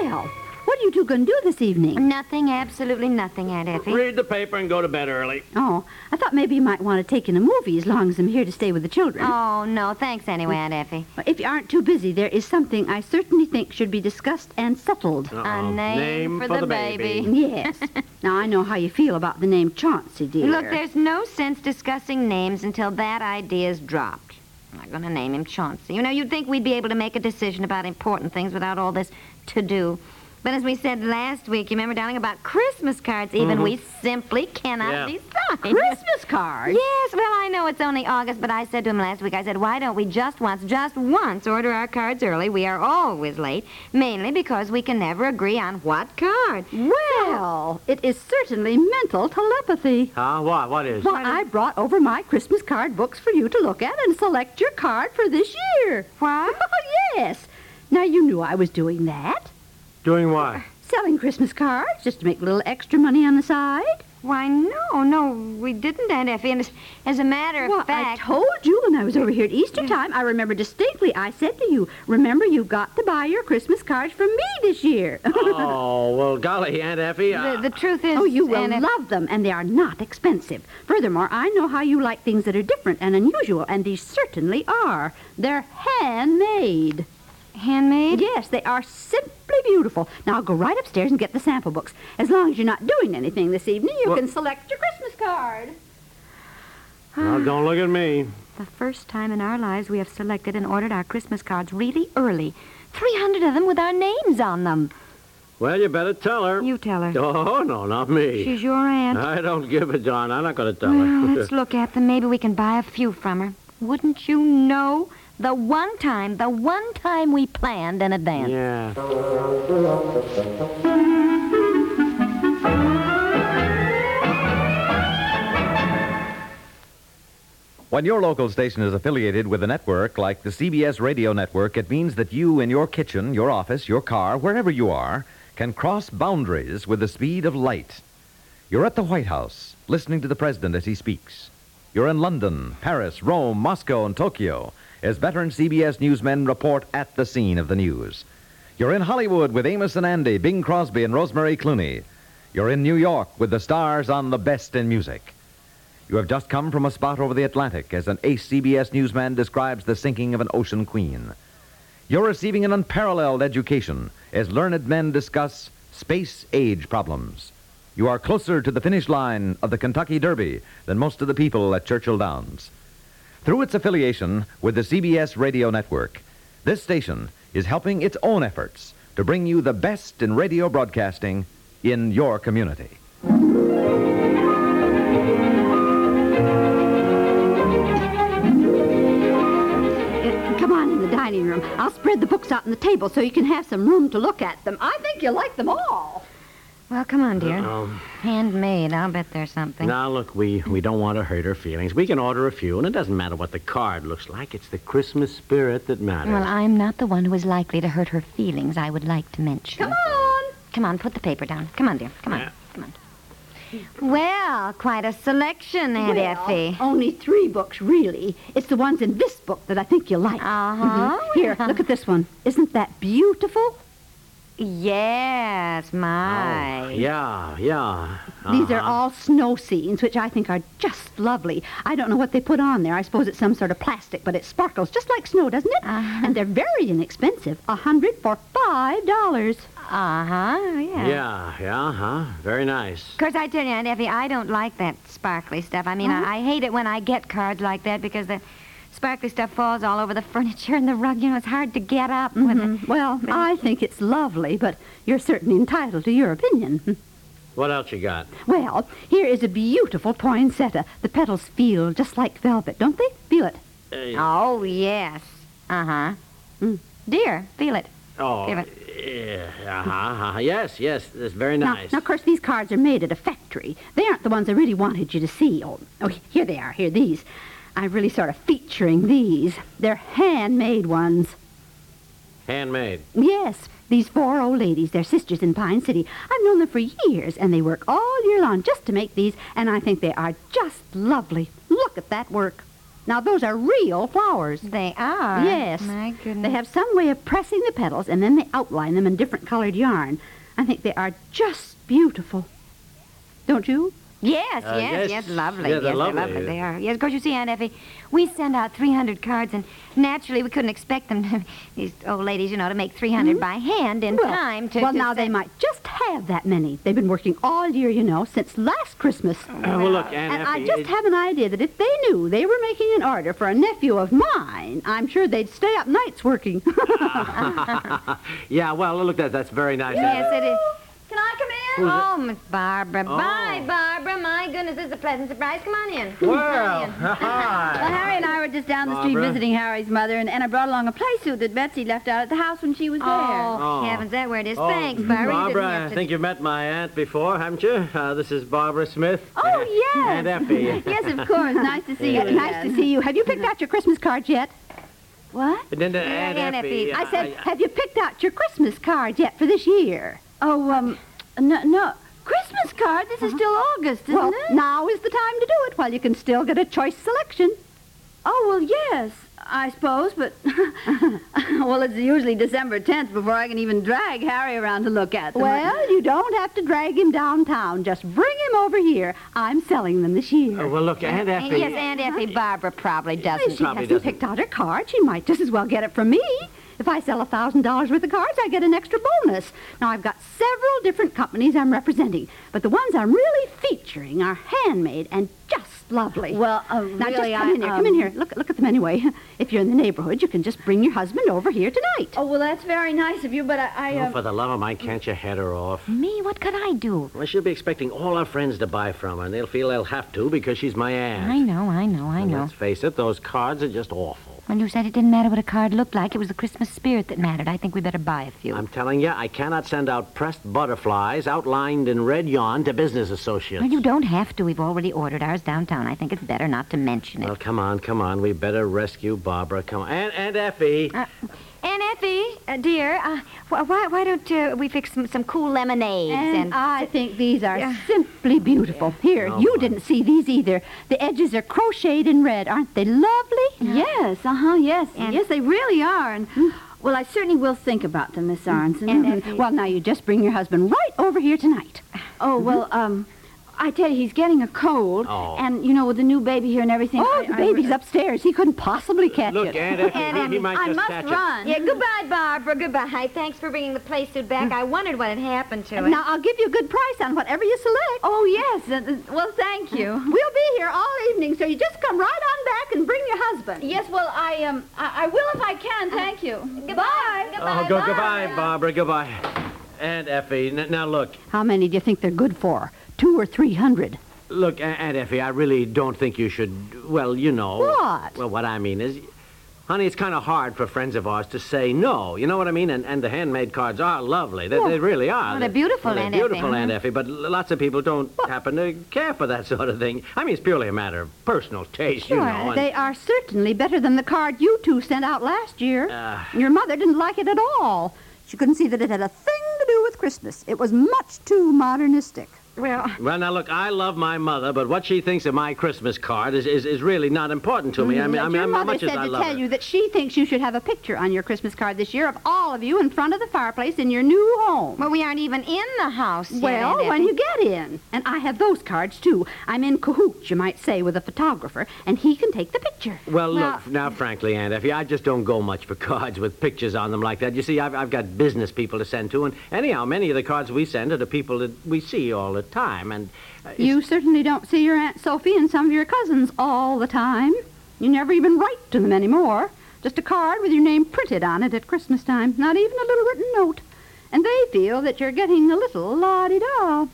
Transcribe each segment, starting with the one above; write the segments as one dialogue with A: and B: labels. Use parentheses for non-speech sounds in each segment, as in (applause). A: Well, what are you two going to do this
B: Mm.
A: evening?
B: Nothing, absolutely nothing, Aunt Effie.
C: Read the paper and go to bed early.
A: Oh, I thought maybe you might want to take in a movie as long as I'm here to stay with the children.
B: Oh, no, thanks anyway, Aunt Effie.
A: Well, If you aren't too busy, there is something I certainly think should be discussed and settled.
C: Uh-oh.
B: Uh-uh. name for the baby. (laughs)
A: Yes. now, I know how you feel about the name Chauncey, dear.
B: Look, there's no sense discussing names until that idea's dropped. I'm not going to name him Chauncey. You know, you'd think we'd be able to make a decision about important things without all this to do. But as we said last week, you remember, darling, about Christmas cards even, we simply cannot
C: Yeah.
B: decide.
A: Christmas card.
B: Yes, well, I know it's only August, but I said to him last week, I said, why don't we just once, just once order our cards early? We are always late, mainly because we can never agree on what card.
A: Well, it is certainly mental telepathy.
C: Huh? What? What is?
A: Why, I brought over my Christmas card books for you to look at and select your card for this year.
B: What?
A: (laughs) Oh, yes. Now, you knew I was doing that.
C: Doing what?
A: Selling Christmas cards just to make a little extra money on the side.
B: Why, no, no, we didn't, Aunt Effie. And as, as a matter of
A: Well, I
B: fact,
A: told you when I was over here at Easter time, I remember distinctly I said to you, remember you got to buy your Christmas cards from me this year.
C: (laughs) oh, well, golly, Aunt Effie. uh,
B: the, the truth
A: (laughs)
B: is,
A: Oh, you will
B: Aunt Eff-
A: love them, and they are not expensive. Furthermore, I know how you like things that are different and unusual, and these certainly are. They're handmade.
B: handmade.
A: Yes, they are simply beautiful. Now go right upstairs and get the sample books. As long as you're not doing anything this evening, you
C: Well-
A: can select your Christmas card.
C: well, don't look at me.
B: The first time in our lives we have selected and ordered our Christmas cards really early. 300 of them with our names on them.
C: Well, you better tell her.
B: You tell her.
C: (laughs) Oh, no, not me.
B: She's your aunt.
C: I don't give a darn. I'm not going to tell
B: Well,
C: her. (laughs)
B: let's look at them. Maybe we can buy a few from her. Wouldn't you know? The one time, the one time we planned in advance.
C: yeah.
D: When your local station is affiliated with a network like the CBS radio network, it means that you, in your kitchen, your office, your car, wherever you are, can cross boundaries with the speed of light. You're at the White House, listening to the president as he speaks. You're in London, Paris, Rome, Moscow, and Tokyo, as veteran CBS newsmen report at the scene of the news. You're in Hollywood with Amos and Andy, Bing Crosby, and Rosemary Clooney. You're in New York with the stars on the best in music. You have just come from a spot over the Atlantic as an ace CBS newsman describes the sinking of an ocean queen. You're receiving an unparalleled education as learned men discuss space age problems. You are closer to the finish line of the Kentucky Derby than most of the people at Churchill Downs. Through its affiliation with the CBS radio network, this station is helping its own efforts to bring you the best in radio broadcasting in your community.
A: Uh, come on in the dining room. I'll spread the books out on the table so you can have some room to look at them. I think you'll like them all.
B: Well, come on, dear.
C: Um,
B: Handmade. I'll bet there's something.
C: now, look, we, we don't want to hurt her feelings. We can order a few, and it doesn't matter what the card looks like. It's the Christmas spirit that matters.
B: Well, I'm not the one who is likely to hurt her feelings, I would like to mention.
A: Come on.
B: Come on, put the paper down. Come on, dear. Come on.
C: Yeah.
B: Come on. Well, quite a selection, Aunt
A: Well,
B: Effie.
A: Only three books, really. It's the ones in this book that I think you'll like. Mm-hmm.
B: Uh-huh.
A: Here, look at this one. Isn't that beautiful?
B: Yes, my.
C: Oh, yeah, yeah.
A: These are
C: Uh-huh.
A: all snow scenes, which I think are just lovely. I don't know what they put on there. I suppose it's some sort of plastic, but it sparkles just like snow, doesn't it?
B: Uh-huh.
A: And they're very inexpensive. A hundred for five dollars.
B: Uh-huh, yeah.
C: Yeah, yeah, huh? Very nice.
B: Of course, I tell you, Aunt Effie, I don't like that sparkly stuff. I mean, I, I hate it when I get cards like that because the sparkly stuff falls all over the (laughs) furniture and the rug. You know, it's hard to get up with
A: Mm-hmm.
B: it.
A: Well, I think it's lovely, but you're certainly entitled to your opinion. (laughs)
C: What else you got?
A: Well, here is a beautiful poinsettia. The petals feel just like velvet, don't they? Feel it.
C: Uh,
B: Oh, yes. Uh-huh.
A: Mm.
B: Dear, feel it.
C: oh,
B: give
C: yeah, uh-huh, uh-huh. Yes, yes, that's very
A: Now-
C: nice.
A: Now, of course, these cards are made at a factory. They aren't the ones I really wanted you to see. Oh, oh here they are. Here, these. I'm really sort of featuring these. They're handmade ones.
C: Handmade.
A: Yes, these four old ladies, they're sisters in Pine City. I've known them for years, and they work all year long just to make these, and I think they are just lovely. Look at that work. Now, those are real flowers.
B: They are?
A: Yes.
B: My goodness.
A: They have some way of pressing the petals, and then they outline them in different colored yarn. I think they are just beautiful. Don't you?
B: Yes,
C: Uh,
B: yes, yes,
C: yes.
B: lovely.
C: Yeah, they're
B: yes,
C: lovely.
B: they're lovely. They are. Yes, of course, you see, Aunt Effie, we send out 300 cards, and naturally we couldn't expect them, to, (laughs) these old ladies, you know, to make 300 by hand in
A: Mm-hmm. well,
B: time to...
A: well,
B: to
A: now they
B: send-
A: might just have that many. They've been working all year, you know, since last Christmas.
B: Oh,
C: Uh, well, look, Aunt
A: and
C: Effie.
A: I just
C: it-
A: have an idea that if they knew they were making an order for a nephew of mine, I'm sure they'd stay up nights working. (laughs)
C: Yeah, well, look, that, that's very nice.
B: Yes, it is.
A: Can I come
C: Who's
B: Oh, Miss Barbara. Bye,
C: Oh.
B: Barbara. My goodness, this is a pleasant surprise. Come on in. Come
C: Well,
B: on in.
A: Well,
C: (laughs) hi.
A: Harry and I were just down the street
C: Barbara?
A: visiting Harry's mother, and, and I brought along a play suit that Betsy left out at the house when she was
B: Oh,
C: Oh.
B: heavens, that word is.
C: Oh,
B: Thanks, Barbara. You didn't
C: Barbara,
B: have
C: I
B: to-
C: think you've met my aunt before, haven't you? Uh, this is Barbara Smith.
A: there. Oh, yes.
C: Aunt Effie.
A: Yes, of course. Nice to see you. Nice to see you. Have you picked out your Christmas cards yet? What?
C: And then, uh,
B: Aunt
C: (laughs) Aunt Effie.
B: Effie.
A: I said, have you picked out your Christmas cards yet for this year?
E: Oh, um, no, no. Christmas card? This is still August, isn't
A: Uh-huh. well,
E: it?
A: now is the time to do it while you can still get a choice selection.
E: Oh, well, yes, I suppose, but. (laughs) well, it's usually December 10th before I can even drag Harry around to look at them.
A: Well, you don't have to drag him downtown. Just bring him over here. I'm selling them this year.
C: Uh, well, look, Aunt
B: Uh,
C: Effie.
B: Yes, Aunt Effie, Barbara probably
A: If
B: doesn't.
A: she
C: probably
A: hasn't
C: doesn't.
A: picked out her card, she might just as well get it from me. If I sell a $1,000 worth of cards, I get an extra bonus. Now, I've got several different companies I'm representing, but the ones I'm really featuring are handmade and just lovely.
E: Well, uh,
A: now,
E: really,
A: just come
E: I,
A: in here. Come
E: um,
A: in here. Look, look at them anyway. If you're in the neighborhood, you can just bring your husband over here tonight.
E: Oh, well, that's very nice of you, but I. I
C: Oh,
E: uh,
C: for the love of Mike, can't you head her off?
B: Me? What could I do?
C: Well, she'll be expecting all her friends to buy from her, and they'll feel they'll have to because she's my aunt.
B: I know, I know, I
C: And
B: know.
C: Let's face it, those cards are just awful.
B: When you said it didn't matter what a card looked like, it was the Christmas spirit that mattered. I think we better buy a few.
C: I'm telling you, I cannot send out pressed butterflies outlined in red yarn to business associates.
B: Well, you don't have to. We've already ordered ours downtown. I think it's better not to mention it.
C: Well, Oh, come on, come on. We better rescue Barbara. Come on. Aunt, Aunt Effie.
B: Aunt Effie, uh, dear, uh, wh- why, why don't uh, we fix some, some cool lemonades?
A: And I think these are simply beautiful. Here,
C: Oh,
A: you
C: my.
A: didn't see these either. The edges are crocheted in red. Aren't they lovely? Uh-huh.
E: yes, uh huh, yes.
B: And-
E: yes, they really are. And, well, I certainly will think about them, Miss
A: Mm-hmm.
E: Aronson.
B: And
E: Mhm.
B: Effie.
A: Well, now you just bring your husband right over here tonight.
E: Oh, well,
A: Mm-hmm.
E: um. I tell you, he's getting a cold.
C: Oh.
E: And, you know, with the new baby here and everything.
A: Oh,
E: I-
A: the
E: I
A: baby's
E: re-
A: upstairs. He couldn't possibly catch
C: Look,
A: it.
C: Aunt Effie,
B: Aunt
C: he- he
B: Effie,
C: might
E: I
C: just
E: must
C: catch it.
E: run.
B: yeah, goodbye, Barbara. Goodbye. Thanks for bringing the play suit back. I wondered what had happened to it.
A: Now, I'll give you a good price on whatever you select.
E: Oh, yes. uh, uh, well, thank you.
B: (laughs)
A: We'll be here all evening, so you just come right on back and bring your husband.
E: Yes, well, I um, I, I will if I can. Thank you. Goodbye.
C: Oh, go, goodbye, Barbara. Goodbye. Aunt Effie. N- now, look.
A: How many do you think they're good for? Two or three hundred.
C: Look, A- Aunt Effie, I really don't think you should. Well, you know.
A: What?
C: Well, what I mean is, honey, it's kind of hard for friends of ours to say no. You know what I mean? And, and the handmade cards are lovely. They, they really are.
B: Well, they're beautiful,
C: well, they're
B: Aunt
C: beautiful,
B: Effie.
C: Aunt Effie. But l- lots of people don't happen to care for that (laughs) sort of thing. I mean, it's purely a matter of personal taste, you know. and-
A: They are certainly better than the card you two sent out last year.
C: Ah.
A: Your mother didn't like it at all. She couldn't see that it had a thing to do with Christmas. It was much too modernistic.
B: well,
C: Well, now look, I love my mother, but what she thinks of my Christmas card is, is, is really not important to me. I mean,
A: Mm, But
C: I mean,
A: your
C: I'm-
A: mother
C: much
A: said
C: as I
A: to
C: love
A: tell
C: her.
A: you that she thinks you should have a picture on your Christmas card this year of all of you in front of the fireplace in your new home.
B: well, we aren't even in the house yet,
A: Well,
B: Aunt
A: when
B: Effie.
A: you get in. And I have those cards, too. I'm in cahoots, you might say, with a photographer, and he can take the picture.
C: Well, look, now, frankly, Aunt Effie, I just don't go much for cards with pictures on them like that. You see, I've, I've got business people to send to, and anyhow, many of the cards we send are to people that we see all the time, and... uh, it's-
A: You certainly don't see your Aunt Sophie and some of your cousins all the time. You never even write to them anymore. Just a card with your name printed on it at Christmas time. Not even a little written note. And they feel that you're getting a little la-di-da.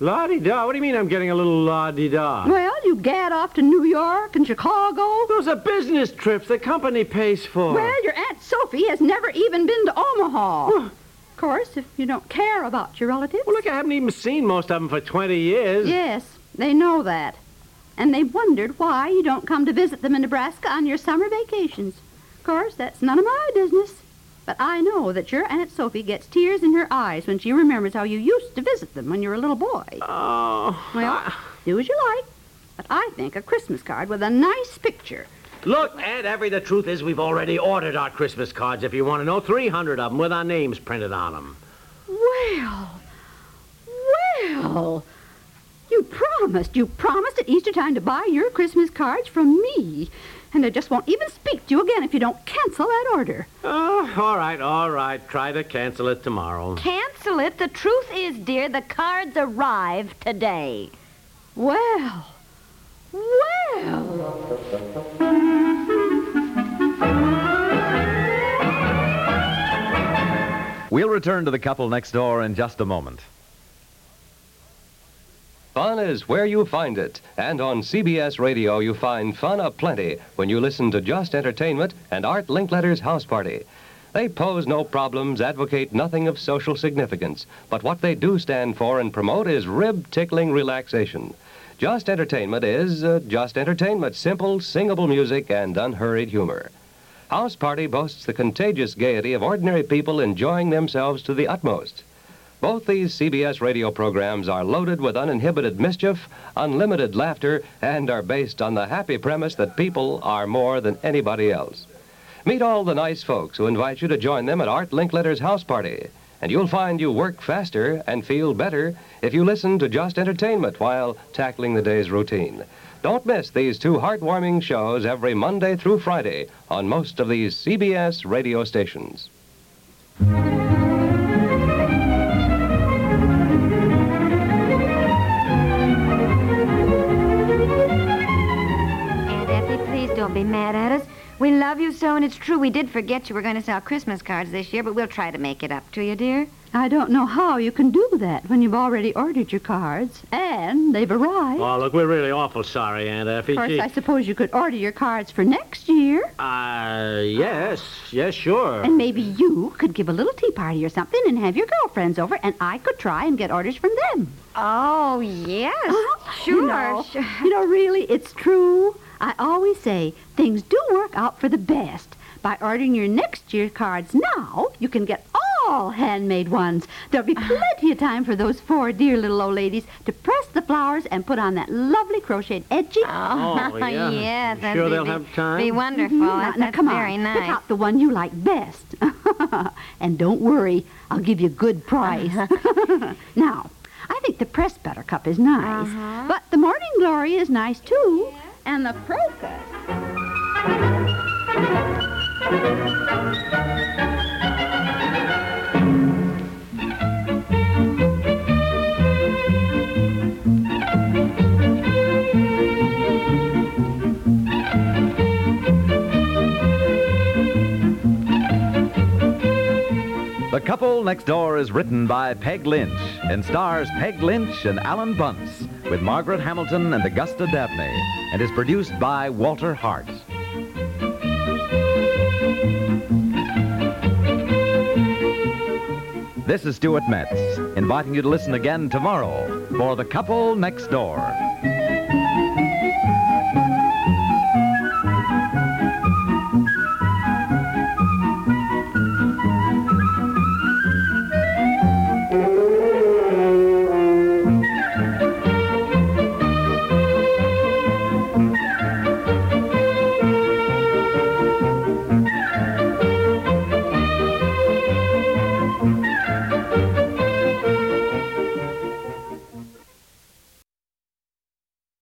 C: La-di-da, what do you mean I'm getting a little la-di-da?
A: Well, you gad off to New York and Chicago.
C: Those are business trips the company pays for.
A: Well, your Aunt Sophie has never even been to Omaha. of course, if you don't care about your relatives.
C: Well, look, I haven't even seen most of them for 20 years.
A: Yes, they know that. and they've wondered why you don't come to visit them in Nebraska on your summer vacations. Of course, that's none of my business. But I know that your Aunt Sophie gets tears in her eyes when she remembers how you used to visit them when you were a little boy.
C: Oh.
A: Well, do as you like. But I think a Christmas card with a nice picture.
C: Look, Aunt Every, the truth is we've already ordered our Christmas cards, if you want to know. 300 of them with our names printed on them.
A: Well, well, you promised, you promised at Easter time to buy your Christmas cards from me. And I just won't even speak to you again if you don't cancel that order.
C: Oh, all right, all right. Try to cancel it tomorrow.
B: Cancel it. The truth is, dear, the cards arrive today.
A: Well, well.
D: We'll return to the couple next door in just a moment.
F: Fun is where you find it, and on CBS Radio you find fun aplenty when you listen to Just Entertainment and Art Linkletter's House Party. They pose no problems, advocate nothing of social significance, but what they do stand for and promote is rib-tickling relaxation. Just Entertainment is uh, just entertainment, simple, singable music and unhurried humor. House Party boasts the contagious gaiety of ordinary people enjoying themselves to the utmost. Both these CBS radio programs are loaded with uninhibited mischief, unlimited laughter, and are based on the happy premise that people are more than anybody else. Meet all the nice folks who invite you to join them at Art Linkletter's house party, and you'll find you work faster and feel better if you listen to Just Entertainment while tackling the day's routine. Don't miss these two heartwarming shows every Monday through Friday on most of these CBS radio stations.
B: Aunt Effie, please don't be mad at us. We love you so, and it's true we did forget you were going to sell Christmas cards this year, but we'll try to make it up to you, dear.
A: I don't know how you can do that when you've already ordered your cards and they've arrived.
C: Oh, look, we're really awful sorry, Aunt Effie.
A: of course,
C: Gee.
A: I suppose you could order your cards for next year,
C: Uh, yes,
A: (laughs)
C: yes, sure.
A: and maybe you could give a little tea party or something and have your girlfriends over, and I could try and get orders from them.
B: Oh, yes.
A: You
B: Sure.
A: know,
B: sure.
A: you know, really, it's true. I always say things do work out for the best. By ordering your next year cards now, you can get all handmade ones. There'll be
B: Uh-huh.
A: plenty of time for those four dear little old ladies to press the flowers and put on that lovely crocheted edging.
C: Oh, yeah.
B: yes. that'd
C: Sure
B: be-
C: they'll
B: be-
C: have time?
B: Be wonderful.
A: Now-
B: That-
A: Mm, now,
B: that's
A: come on,
B: very
A: pick
B: nice.
A: out the one you like best. (laughs) and don't worry, I'll give you a good price.
B: Uh-huh.
A: (laughs) now, I think the pressed buttercup is nice,
B: Uh-huh.
A: but the morning glory is nice too, and the crocus.
D: The Couple Next Door is written by Peg Lynch and stars Peg Lynch and Alan Bunce with Margaret Hamilton and Augusta Dabney and is produced by Walter Hart. This is Stuart Metz, inviting you to listen again tomorrow for The Couple Next Door.